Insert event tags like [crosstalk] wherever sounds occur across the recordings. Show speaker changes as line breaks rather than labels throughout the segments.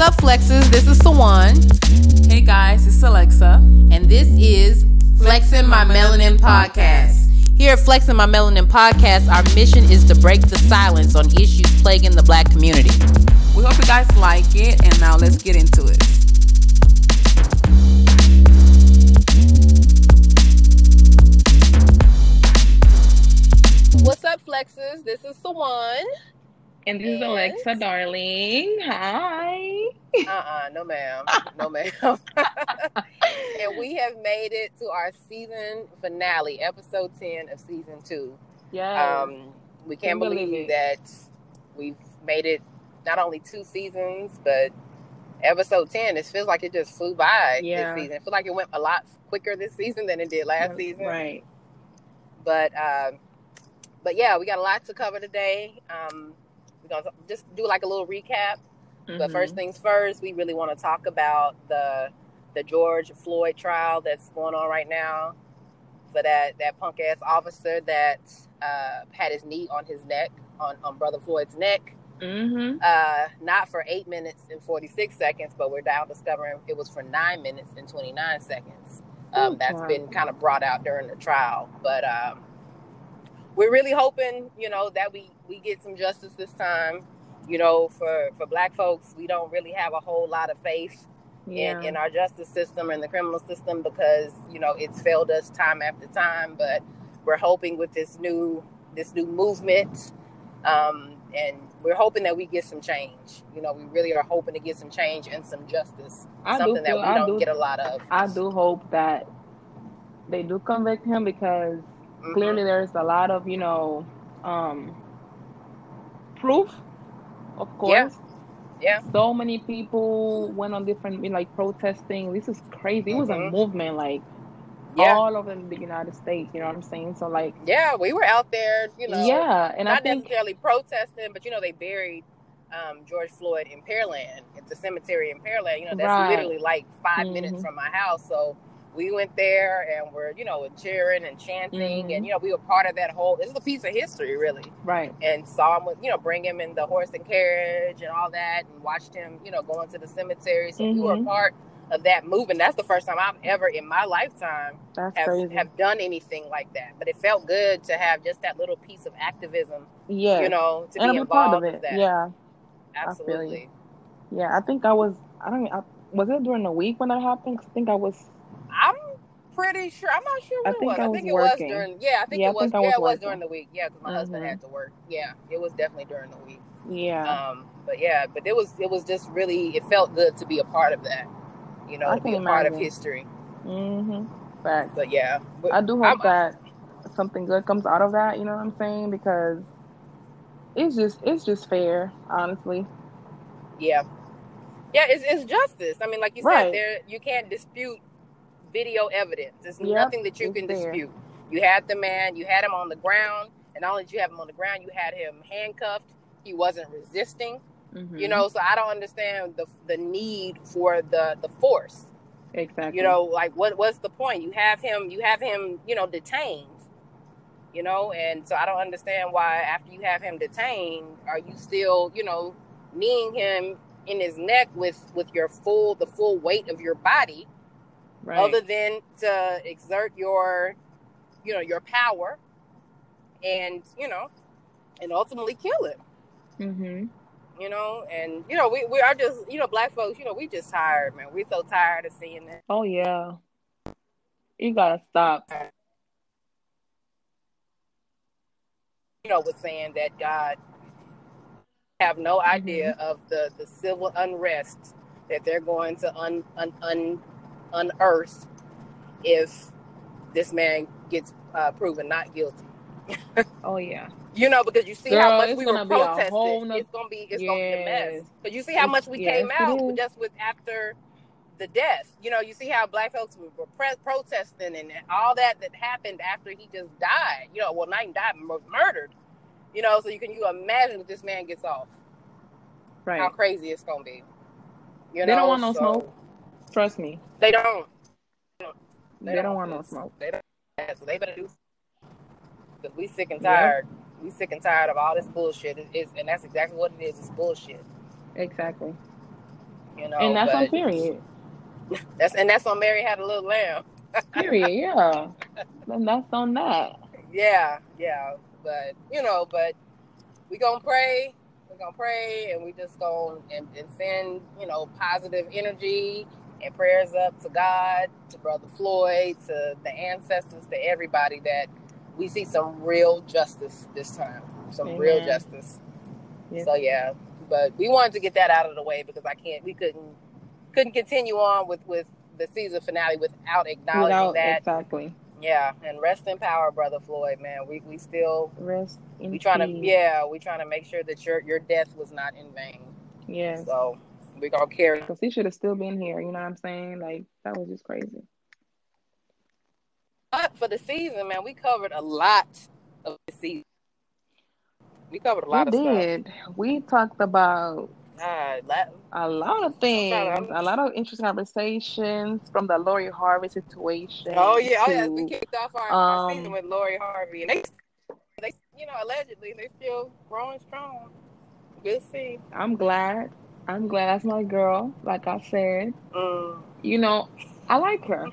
up, Flexes? This is Sawan,
Hey guys, it's Alexa.
and this is Flexing My Melanin Podcast. Here at Flexing My Melanin Podcast, our mission is to break the silence on issues plaguing the black community.
We hope you guys like it, and now let's get into it.
What's up, Flexes? This is Sawan.
And this is Alexa, darling. Hi.
Uh-uh, no
[laughs]
ma'am. No ma'am. [laughs] and we have made it to our season finale, episode 10 of season two.
Yeah.
Um, we can't
Oh, Can't
believe,
believe it.
that we've made it not only two seasons, but episode 10. It feels like it just flew by
Yeah.
this season. I feel like it went a lot quicker this season than it did last season.
Right.
But, um, but yeah, we got a lot to cover today. Um, we're going to just do like a little recap. But first things first, we really want to talk about the the George Floyd trial that's going on right now for that that punk ass officer that uh, had his knee on his neck on on brother Floyd's neck.
Mm-hmm.
Uh, not for eight minutes and forty six seconds, but we're now discovering it was for nine minutes and twenty nine seconds. Um,
Oh,
that's
wow.
been kind of brought out during the trial, but um, we're really hoping, you know, that we we get some justice this time. You know, for for Black folks, we don't really have a whole lot of faith
Yeah.
in, in our justice system and the criminal system because you know it's failed us time after time but we're hoping with this new this new movement um, and we're hoping that we get some change you know we really are hoping to get some change and some justice
I do
something that
feel,
we
I
don't
do,
get a lot of
I do hope that they do convict him because
Mhm.
clearly there's a lot of, you know, um proof, of course.
Yeah.
So many people went on different like protesting. This is crazy. It was
Mhm.
a movement like
yeah
all over the United States, you know what I'm saying? So like
yeah we were out there you know
Yeah, and I
not
think
necessarily protesting but you know they buried um, George Floyd in Pearland at the cemetery in Pearland. You know, that's
Right.
literally like 5
Mhm.
minutes from my house. So we went there and we're, you know, cheering and chanting.
Mhm.
And, you know, we were part of that whole, this is a piece of history, really.
right.
And saw him, with, you know, bring him in the horse and carriage and all that and watched him, you know, going to the cemetery. So we were a
Mhm.
part of that movement. That's the first time I've ever in my lifetime
That's
have,
crazy.
have done anything like that. But it felt good to have just that little piece of activism,
yeah.
you know, to
and
be
I'm a
involved
part of
with
it.
that.
Yeah, I feel you.
Absolutely.
yeah. I think I was. I don't. I, was it during the week when that happened? 'Cause I think I was.
I'm pretty sure. I'm not sure
I
when it
think
was.
I
I
was
think
working.
it was during. Yeah, I think
Yeah, I
it was.
think I
yeah,
was
it was
working.
during the week. Yeah, because my husband
Mhm.
had to work. Yeah, it was definitely during the week.
Yeah,
Um, but yeah, but it was it was just really it felt good to be a part of that. You know,
I
to be a
can
part of
imagine.
history.
hmm But
But yeah, but,
I do
I'm-
hope that something good comes out of that. You know what I'm saying? Because it's just it's just fair, honestly.
yeah, yeah. It's it's justice. I mean, like you said,
Right.
there you can't dispute video evidence. There's
Yep,
nothing that you
it's
can
there.
dispute. You had the man. You had him on the ground, and not only did you have him on the ground, you had him handcuffed. He wasn't resisting.
Mm-hmm.
you know so i don't understand the the need for the the force
exactly.
you know like what what's the point you have him you have him you know detained you know and so i don't understand why after you have him detained are you still you know kneeing him in his neck with with your full the full weight of your body
right?
other than to exert your you know your power and you know and ultimately kill him
hmm
you know, and you know, we, we are just you know, black folks, you know, we just tired, man. We're so tired of seeing that.
Oh yeah. You gotta stop.
You know, with saying that God have no idea of the the civil unrest that they're going to un un, un unearth if this man gets uh, proven not guilty.
Oh yeah.
You know, because you see
Girl,
how much
it's
we were
gonna be a
protesting.
whole noth-
it's gonna be it's gonna be a mess.
Yes.
Because you see how much
It's-
we
yes,
came
it
out
is.
just with after the death. You know, you see how black folks were were pre- protesting and all that that happened after he just died. You know, well, not even died, mur- murdered. You know, so you can you imagine if this man gets off,
Right.
how crazy it's gonna be. You
They
know,
don't want no
so-
smoke. Trust me.
They don't.
They, don't want no
this.
smoke.
They don't. So they better do. Cause we sick and
Yeah.
tired. We sick and tired of all this bullshit. It is, and that's exactly what it is. It's bullshit.
Exactly.
You know,
and that's
Oh, but
on period.
That's and that's on Mary had a little lamb.
Period. Yeah. then that's on that.
Yeah, yeah. But you know, but we gonna pray. We're gonna pray, and we just gonna and, and send you know positive energy and prayers up to God, to Brother Floyd, to the ancestors, to everybody that we see some real justice this time. Some real
Amen.
justice.
Yeah.
So yeah, but we wanted to get that out of the way because I can't. We couldn't couldn't continue on with with the season finale without acknowledging
Without
that.
exactly
Yeah, and rest in power, brother Floyd. Man, we we still
rest. In
we trying to
peace.
yeah we trying to make sure that your your death was not in vain.
Yes.
So we gonna carry.
Because he should have still been here. You know what I'm saying? Like that was just crazy.
But for the season, man, we covered a lot of the season. We covered a lot
we
of stuff.
did. We talked about
God, la-
a lot of things,
I'm-
a lot of interesting conversations from the Lori Harvey situation.
Oh yeah, oh yeah.
to-
We kicked off our, our
um,
season with Lori Harvey, and they, they, you know, allegedly they still growing strong. We'll see.
I'm glad. I'm glad that's my girl. Like I said,
Mm,
you know, I like her.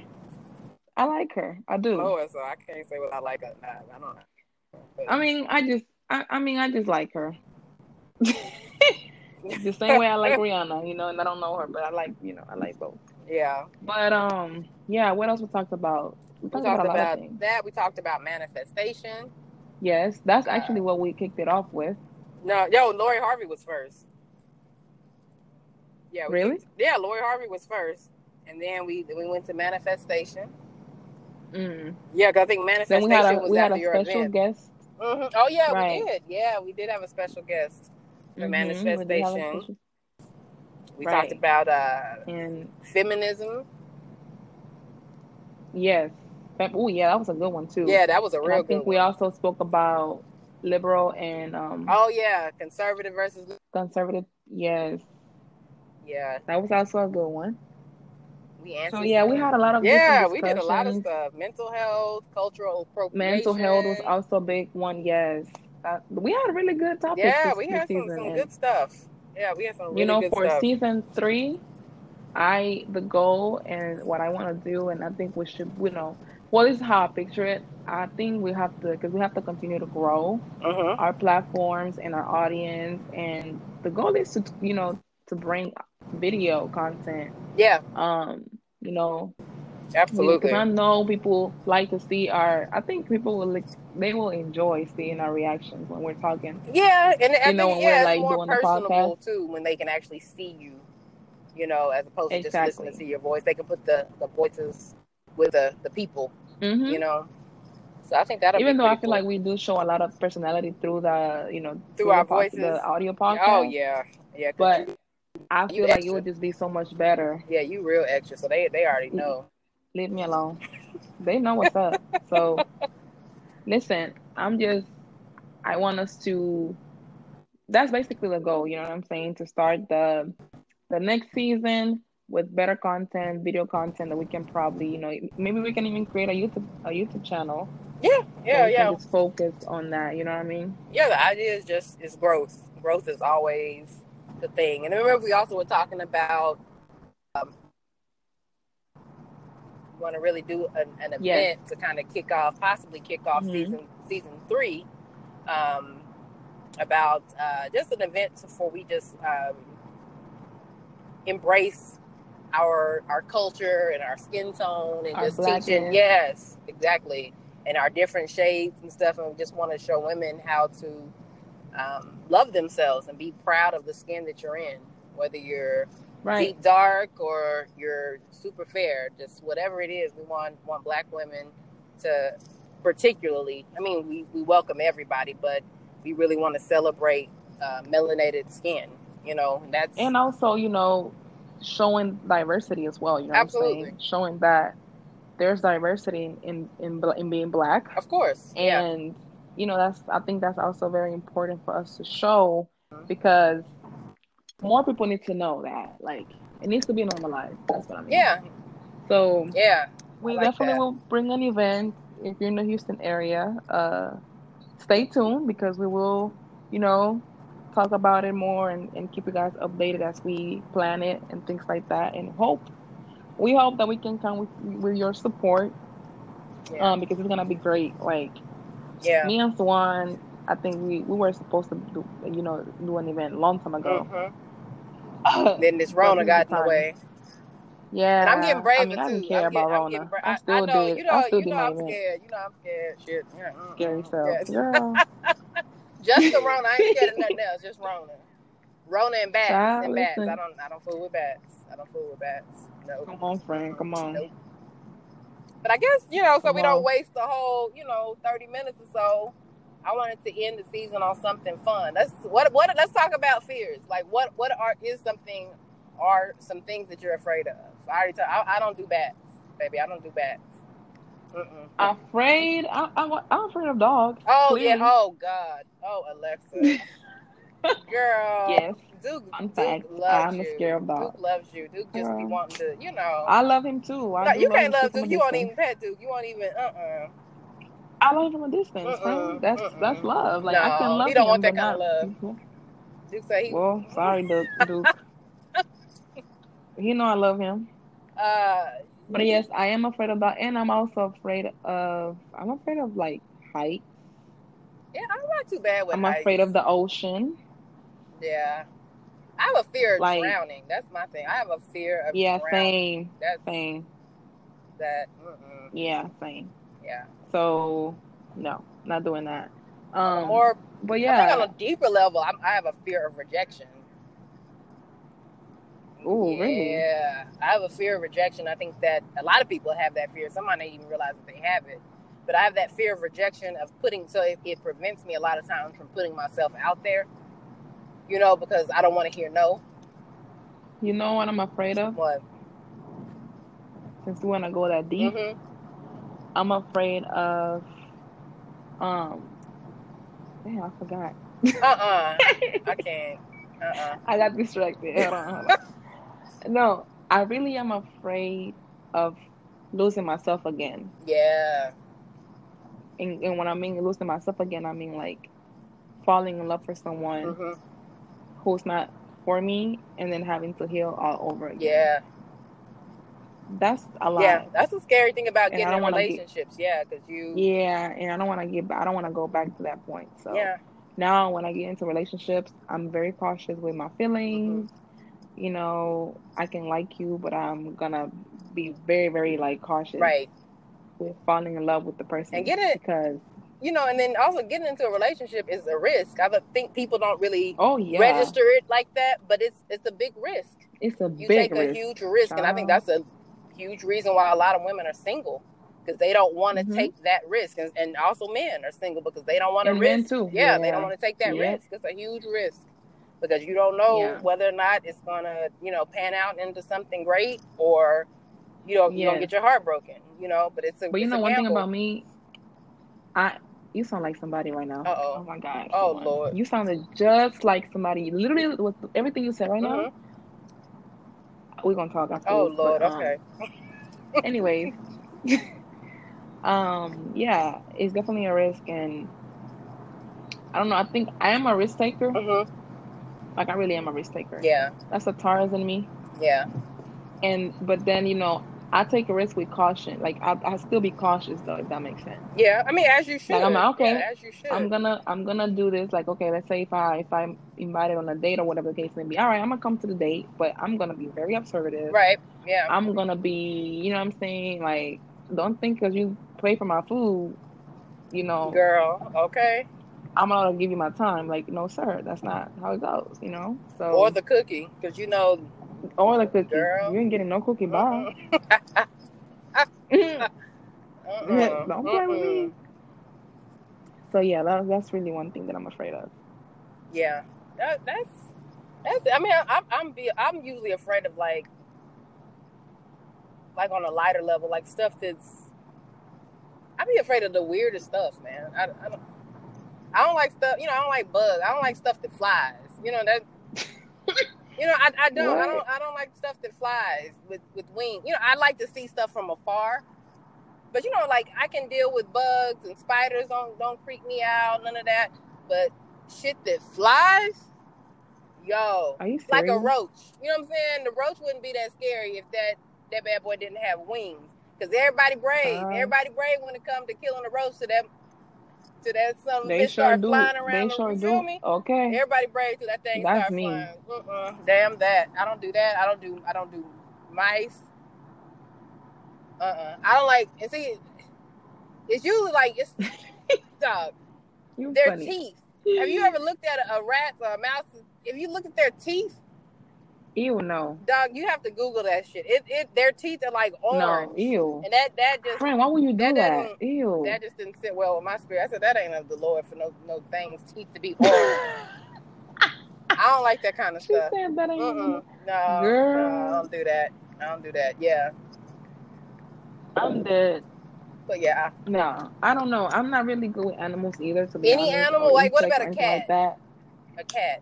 I like her. I do.
Lord, so I can't say what I like or not. I don't know. But-
I mean, I just, I, I mean, I just like her. [laughs] the same way I like Rihanna, you know, and I don't know her, but I like, you know, I like both.
yeah,
But um, yeah. What else we talked about? We
we
talked,
talked
about a lot
about
of things.
that. We talked about manifestation.
Yes, that's actually what we kicked it off with.
No, yo, Lori Harvey was first. Yeah, we
Really?
kicked- yeah, Lori Harvey was first, and then we then we went to manifestation.
Mm.
Yeah, 'cause I think manifestation
Then we had a
was
we had
after
a
your
special
event.
guest.
hmm Oh yeah,
Right.
we did. Yeah, we did have a special guest. The
Mhm,
manifestation.
we did have a special-
We
Right.
talked about uh,
And
feminism.
yes, oh yeah, that was a good one too.
Yeah, that was a
And
real
I think
good
we
one.
also spoke about liberal and um,
Oh yeah, conservative versus
conservative. Yes,
yeah.
that was also a good one.
We answered.
So yeah, we had a lot of different
yeah. We did a lot of
discussions.
stuff. Mental health, cultural appropriation.
Mental health was also a big one. Yes, That- we had really good topics.
Yeah,
this,
we
this
had some,
season.
some
and,
good stuff. Yeah, we had some really
you know,
good
for
stuff.
season three, I the goal and what I want to do, and I think we should, you know, well, this is how I picture it. I think we have to because we have to continue to grow
Mhm.
our platforms and our audience, and the goal is to, you know, to bring video content.
Yeah,
Um, you know,
absolutely.
because I know people like to see our. I think people will like, they will enjoy seeing our reactions when we're talking.
Yeah, and I
know,
think
when we're,
yeah,
like,
it's more
doing the
personable too when they can actually see you, you know, as opposed to just
Exactly.
listening to your voice. They can put the, the voices with the, the people,
Mm-hmm.
you know. So I think that'll
even
be
though I
pretty
feel
cool.
like we do show a lot of personality through the you know
Through our
the pod-
voices.
the audio podcast.
Oh yeah, yeah. 'cause
but
you-
I feel like it
extra.
would just be so much better.
yeah, you real extra, so they they already
Mm-hmm.
know.
Leave me alone. they know what's up. So listen, I'm just I want us to. That's basically the goal. You know what I'm saying? To start the the next season with better content, video content that we can probably you know maybe we can even create a YouTube a YouTube channel.
Yeah,
where
yeah,
we can
yeah,
Just focus on that. You know what I mean?
yeah. The idea is just is growth. Growth is always the thing. And remember, we also were talking about um, want to really do an, an event
Yes.
to kind of kick off, possibly kick off
Mhm.
season season three. Um, about uh, just an event for we just um, embrace our our culture and our skin tone and
Our
just teaching.
blackness.
Yes, exactly. And our different shades and stuff, and we just want to show women how to um, love themselves and be proud of the skin that you're in, whether you're
Right.
deep dark or you're super fair, just whatever it is. We want want black women to particularly. I mean, we, we welcome everybody, but we really want to celebrate uh, melanated skin. You know, and that's
and also you know showing diversity as well you know what
Absolutely.
i'm saying showing that there's diversity in in in, bla- in being black
of course, yeah,
and you know that's i think that's also very important for us to show because more people need to know that like it needs to be normalized that's what i mean
yeah,
so
yeah.
we
like
definitely
that.
will bring an event if you're in the houston area uh stay tuned because we will you know talk about it more and, and keep you guys updated as we plan it and things like that. And hope we hope that we can come with, with your support
Yeah.
um, because it's gonna be great. Like
yeah.
me and Swan, I think we, we were supposed to do, you know do an event long time ago.
Mhm. Then this Rona
Don't
got in
lose
the
time.
way.
[laughs]
Mm.
yeah,
And I'm getting braver
I mean, I
too.
didn't care
I'm
about
getting, I'm
Rona.
getting bra-
I
I,
still
I know,
did.
you know,
I still
you
did
know,
my
I'm
event.
scared. You know, I'm scared. Shit. Yeah. mm,
Scary
mm,
self.
yes.
Yeah.
[laughs] Just the Rona. I ain't scared of nothing else. Just Rona. Rona and bats.
Child,
and bats.
listen.
I don't. I don't fool with bats. I don't fool with bats. No.
Come on, friend. Come on.
Nope. But I guess you know, so
Come
we
on.
don't waste the whole you know thirty minutes or so. I wanted to end the season on something fun. Let's what what let's talk about fears. Like what what are is something are some things that you're afraid of? I already told. I, I don't do bats, baby. I don't do bats. Mm-mm.
Afraid. I, I'm, I'm afraid of dogs.
Oh yeah.
clearly.
Oh God. Oh
[laughs]
Alexa. Girl.
Yes.
Duke,
Fun
Duke
fact,
loves
I'm
you.
scared of dogs.
Duke loves you. Duke just be
Girl.
wanting to, you know.
I love him too. I
No,
do
you can't
him
love
too from a
Duke. You won't
distance.
even pet Duke. You won't even. Uh. uh
I love him from a distance.
Mm-mm,
friend. That's
mm-mm.
that's love. Like I
No,
can love
he don't
him,
want that
but
kind of
not-
Duke said he.
[laughs] Well, sorry, Duke. Duke.
[laughs]
he know I love him,
Uh,
but yes, I am afraid of that, and I'm also afraid of. I'm afraid of like height.
yeah, I'm not too bad with.
I'm
heights.
afraid of the ocean.
Yeah, I have a fear of
Like-
drowning. That's my thing. I have a fear of
Yeah,
drowning.
same,
That's
same.
that. Mm-mm,
Yeah, same.
yeah.
So no, not doing that. Um,
More.
but
I
yeah.
think on a deeper level, I'm, I have a fear of rejection.
Ooh, really?
Yeah, I have a fear of rejection. I think that a lot of people have that fear. Some might not even realize that they have it. But I have that fear of rejection of putting, so it, it prevents me a lot of times from putting myself out there, you know, because I don't want to hear no.
You know what I'm afraid of?
What?
Since we wanna go that deep,
Mm-hmm.
I'm afraid of um Damn, I forgot.
Uh-uh. I can't. Uh-uh.
I got distracted. Hold on, hold
[laughs]
on. No, I really am afraid of losing myself again.
Yeah.
And, and when I mean losing myself again, I mean like falling in love for someone
Mm-hmm.
who's not for me and then having to heal all over again.
Yeah.
That's a lot.
Yeah. That's the scary thing about
And I
getting
don't
in
wanna get-
relationships. Yeah, because you.
Yeah, and I don't want to get I don't want to go back to that point. So
Yeah.
now when I get into relationships, I'm very cautious with my feelings.
Mm-hmm.
You know, I can like you, but I'm gonna be very, very like cautious
Right.
with falling in love with the person.
And get it-
because
You know, and then also getting into a relationship is a risk. I don't think people don't really
oh yeah,
register it like that, but it's it's a big risk.
it's a
You take
big risk.
a huge risk, and I think that's a huge reason why a lot of women are single because they don't want to
Mhm.
take that risk, and, and also men are single because they don't want to
and men
risk.
too.
Yeah, they don't want to take that
Yep.
risk. It's a huge risk because you don't know
Yeah.
whether or not it's gonna you know pan out into something great or you don't you don't
Yes.
get your heart broken. You know, but it's a
But you know, one thing about me, I you sound like somebody right now.
Uh-oh.
Oh my god.
Oh,
Siobhan.
Lord.
You sounded just like somebody. Literally, with everything you said right now, we're gonna talk after. um,
Oh Lord, okay. [laughs]
anyways, [laughs] um, yeah, it's definitely a risk, and I don't know. I think I am a risk taker.
hmm
Like I really am a risk taker.
Yeah,
That's a Taurus in me.
yeah,
And but then you know, I take a risk with caution. Like I, I still be cautious though, if that makes sense.
yeah. I mean, as you should.
Like, I'm like, okay,
Yeah, as you should.
I'm gonna I'm gonna do this. Like, okay, let's say if I if I'm invited on a date or whatever the case may be. All right, I'm gonna come to the date, but I'm gonna be very observative.
right. Yeah.
I'm gonna be, you know, what I'm saying like, don't think because you pay for my food, you know,
Girl, okay.
I'm gonna give you my time. Like, no, sir, that's not how it goes, you know. So
Or the cookie, because you know,
or the cookie,
Girl. Uh-uh.
you ain't getting no cookie. Bye.
[laughs] Mm-mm. Uh-uh. [laughs]
[laughs] Yeah,
Mm-mm.
don't play with
Mm-mm.
me. So yeah, that, that's really one thing that I'm afraid of.
Yeah, that, that's that's. I mean, I, I'm I'm be I'm usually afraid of like like on a lighter level, like stuff that's. I be afraid of the weirdest stuff, man. I, I don't. I don't like stuff. You know, I don't like bugs. I don't like stuff that flies. You know that. You know, I, I don't. I don't. I don't like stuff that flies with with wings. You know, I like to see stuff from afar. But you know, like I can deal with bugs and spiders. Don't don't freak me out. None of that. But shit that flies. Yo,
Are you serious?
like a roach. You know what I'm saying? The roach wouldn't be that scary if that that bad boy didn't have wings. Because everybody brave,
Uh.
everybody brave when it comes to killing a roach. To that, to that something
They
that
sure
start
do.
flying around.
They
them.
sure
you
do.
feel me?
Okay.
Everybody brave till that thing
That's
start
mean.
flying. Uh-uh. Damn that! I don't do that. I don't do. I don't do mice. Uh. uh I don't like. And see, it's usually like
[laughs]
it's dog.
You
Their
funny.
teeth. Have you ever looked at a, a rat or a mouse? If you look at their teeth,
Ew, no.
dog, you have to Google that shit. It, it their teeth are like orange,
No, ew.
and that that just
Friend, why would you do
That
that?
doesn't-
Ew.
that just didn't sit well with my spirit. I said that ain't of the Lord for no no things teeth to be orange.
[laughs]
I don't like that kind of
she
stuff.
said that ain't.
Mm-mm. No,
Girl.
no, I don't do that. I don't do that. Yeah,
I'm dead.
but yeah,
No, I don't know. I'm not really good with animals either. To be
Any
honest,
animal?
or
Like, what
insects
about a
or anything Like
cat?
that.
a cat.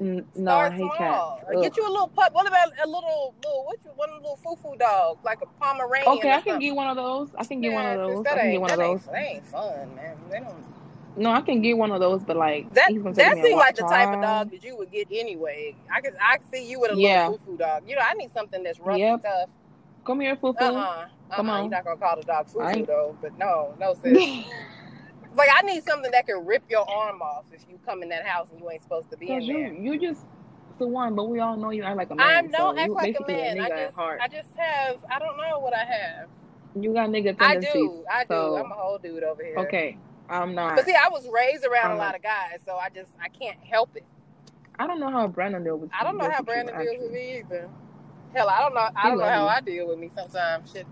N- no, I hate
small.
cats.
Or Get
Ugh.
you a little pup. What about a little little what? You, one of the little foo foo dog, like a Pomeranian. or
okay, I can
something.
get one of those. I can get one
Yeah,
of
sis,
those. I
That
can get
ain't
one of
that ain't-
those.
that ain't fun, man. They don't.
No, I can get one of those, but like
That
he's gonna take
that
me a
seems
while,
like the type of
child.
dog that you would get anyway. I could I could see you with a
Yeah.
little foo foo dog. You know, I need something that's rough
Yep.
and tough.
Come here, Fufu.
Uh
[laughs]
uh-uh, uh.
Come on.
You're not gonna call the dog foo
I
foo
ain't-
though. But no,
[laughs]
no sis. like I need something that can rip your arm off if you come in that house and you ain't supposed to be in
Cause
there.
you, you just the one, but we all know you act like a man.
I don't
so
act
you
like a
basically
man. I
nigga at
just,
heart.
I just have, I don't know what I have.
you got nigga
I
tendencies.
do, I do.
so-
I'm a whole dude over here.
Okay, I'm not.
But see, I was raised around a
I'm
lot
not.
of guys, so I just, I can't help it.
I don't know how Brandon deals with.
I don't know
deals
how
with you,
Brandon deals with
actually.
me either. Hell, I don't know. I
He
don't know
love
how
you.
I deal with me sometimes. Shit.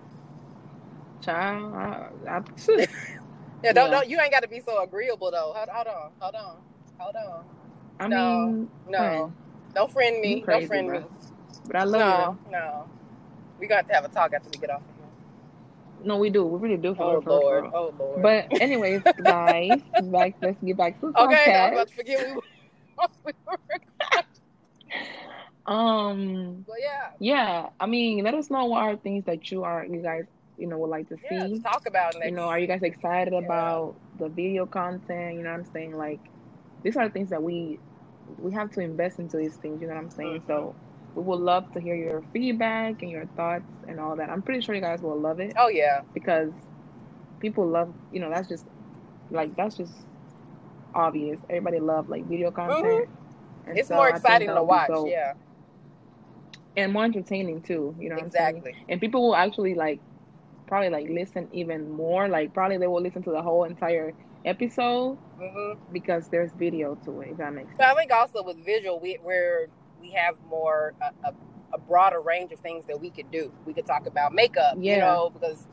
Child, I, I,
Yeah, don't,
Yeah.
don't. You ain't got to be so agreeable though. Hold, hold on, hold on, hold on.
I
No.
mean,
No,
friend,
don't friend me.
You crazy,
don't friend
bro.
me.
but I love
No, no. We got to have a talk after we get off. of here.
you. No, we do. We really do. For
Oh
real, for real, for
Lord,
real.
oh Lord. [laughs]
But anyways, guys, back. Let's get back to the
okay, I was
podcast.
about to forget we were. [laughs] we were- [laughs]
Um,
but yeah,
yeah. I mean, let us know what are things that you are, you guys, you know, would like to
yeah.
see.
Let's talk about next.
you know, are you guys excited
Yeah.
about the video content? You know what I'm saying? Like, these are things that we we have to invest into these things. You know what I'm saying?
Mhm.
So we would love to hear your feedback and your thoughts and all that. I'm pretty sure you guys will love it
oh yeah,
because people love. You know, that's just like that's just obvious. Everybody love like video content. And
Mm-hmm. it's
so
more
I think
exciting to
that'll be
watch.
dope.
yeah,
and more entertaining too. You know what I'm saying?
exactly.
and people will actually like probably like listen even more like probably they will listen to the whole entire episode
hmm
because there's video to it if that makes
But I think also with visual, we we're, we have more a, a, a broader range of things that we could do. We could talk about makeup, you
Yeah.
know, because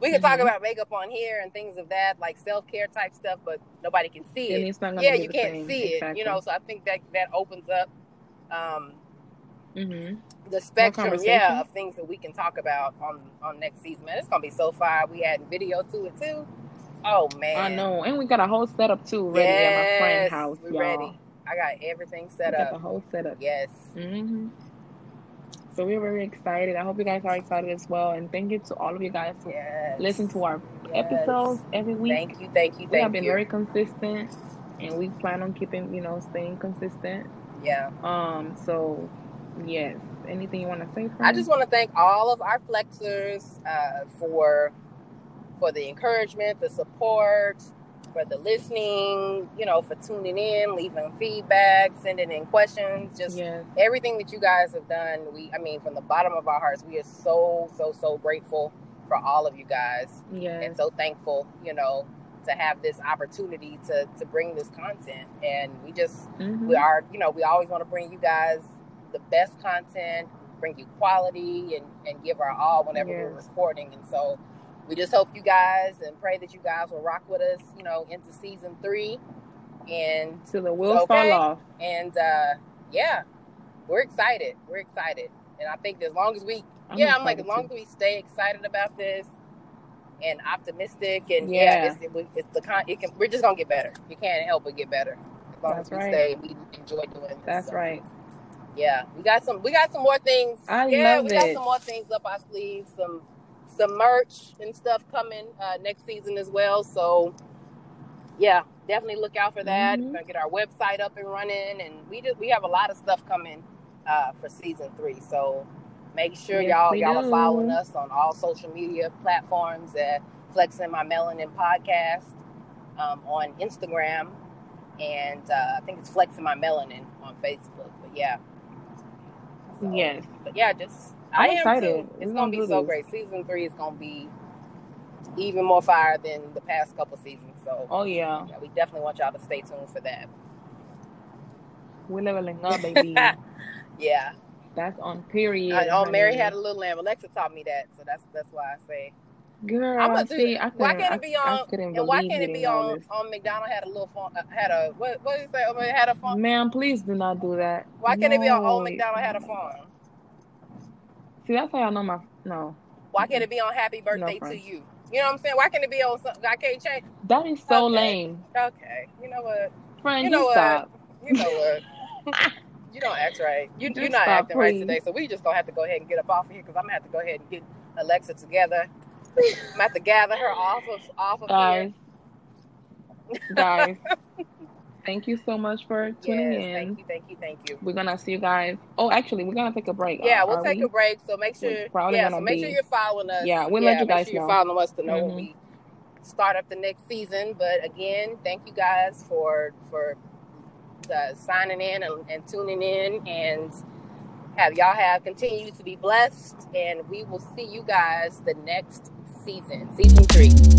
we could talk
Mhm.
about makeup on here and things of that, like self care type stuff, but nobody can see
sense
it.
and it's not gonna
yeah,
be
you
the
can't
same.
see it,
exactly.
you know. So I think that that opens up. Um,
hmm
the spectrum,
conversation.
yeah, of things that we can talk about on on next season. Man, it's gonna be so fire. We adding video to it too. Oh man,
i know and we got a whole setup too ready at my
Yes,
friend's house
we
y'all
ready. I got everything
we
set
got the
up.
whole setup
Yes.
hmm so we're very excited i hope you guys are excited as well and thank you to all of you guys who
Yes.
listen to our
Yes.
episodes every week
Thank you. Thank you. Thank
we have been
you.
very consistent and we plan on keeping you know staying consistent
yeah.
Um. So, yes. Anything you want to say?
I just want to thank all of our flexors uh, for for the encouragement, the support, for the listening. You know, for tuning in, leaving feedback, sending in questions. Just
Yes.
everything that you guys have done we i mean from the bottom of our hearts we are so so so grateful for all of you guys
Yes.
and so thankful you know to have this opportunity to to bring this content and we just
Mhm.
we are you know we always want to bring you guys the best content bring you quality and and give our all whenever we're
Yes.
recording and so we just hope you guys and pray that you guys will rock with us you know into season three and
Till the wheels
Okay.
fall off.
and uh, yeah, we're excited. We're excited, and I think as long as we,
I'm
yeah, I'm like as
excited
long as
too.
we stay excited about this and optimistic, and
Yeah.
yeah, it's, it, we- it's the con. It can, we're just gonna get better. You can't help but get better as long
That's
as we
right.
stay. We enjoy doing this.
That's
So,
right.
Yeah, we got some. We got some more things.
I
yeah,
love
we got
it.
some more things up our sleeves. Some some merch and stuff coming uh, next season as well. So yeah, definitely look out for that.
Mhm.
We're gonna get our website up and running, and we just we have a lot of stuff coming uh, for season three. So make sure
Yes,
y'all
we
y'all
do.
are following us on all social media platforms at Flexing My Melanin Podcast um, on Instagram, and uh, I think it's Flexing My Melanin on Facebook. But yeah, So-
Yes.
but yeah, just
I'm
I am
excited.
Too.
We're
It's
gonna
gonna be
do
so
this.
great. Season three is gonna be even more fire than the past couple seasons. So
Oh yeah.
yeah, we definitely want y'all to stay tuned for that.
We're
[laughs]
leveling up, baby.
Yeah.
That's on period.
I- oh, Mary
honey.
had a little lamb. Alexa taught me that, so that's that's why I say.
girl.
I'ma
i
do
see.
it.
I
Why
couldn't-
can't
I-
it be
I
on-
couldn't
And why
believe
can't it
you
be
didn't know
on
this.
on McDonald had a little phone uh, had a what what is that? Oh, it had a phone.
Ma'am, please do not do that.
Why can't it be on old
Mm, No.
McDonald had a phone?
See, that's how I know my no.
Why can't it be on Happy Birthday to
friends.
You? You know what I'm saying? Why can't it be on something? I can't change.
That is so
Okay.
lame,
Okay, you know what?
friend.
You
You,
know what?
stop.
You know what?
[laughs]
you don't act right. You, you're
Just
not
stop,
acting right
please.
today. So we just gonna have to go ahead and get up off of here because I'm gonna have to go ahead and get Alexa together. I'm gonna have to gather her off of off of
guys,
here.
guys,
[laughs]
thank you so much for tuning
Yes,
in.
thank you, thank you, thank you.
We're gonna see you guys. Oh, actually, we're gonna take a break.
Yeah,
Are-
we'll
are
take
we?
a break. So make
We're
sure,
probably
yeah. So
gonna
make
be-
sure you're following us.
Yeah, we'll let you
make
guys
sure you're
know.
following us to know
Mhm.
when we start up the next season. But again, thank you guys for for uh, signing in and, and tuning in, and have y'all have continued to be blessed. And we will see you guys the next season, season three.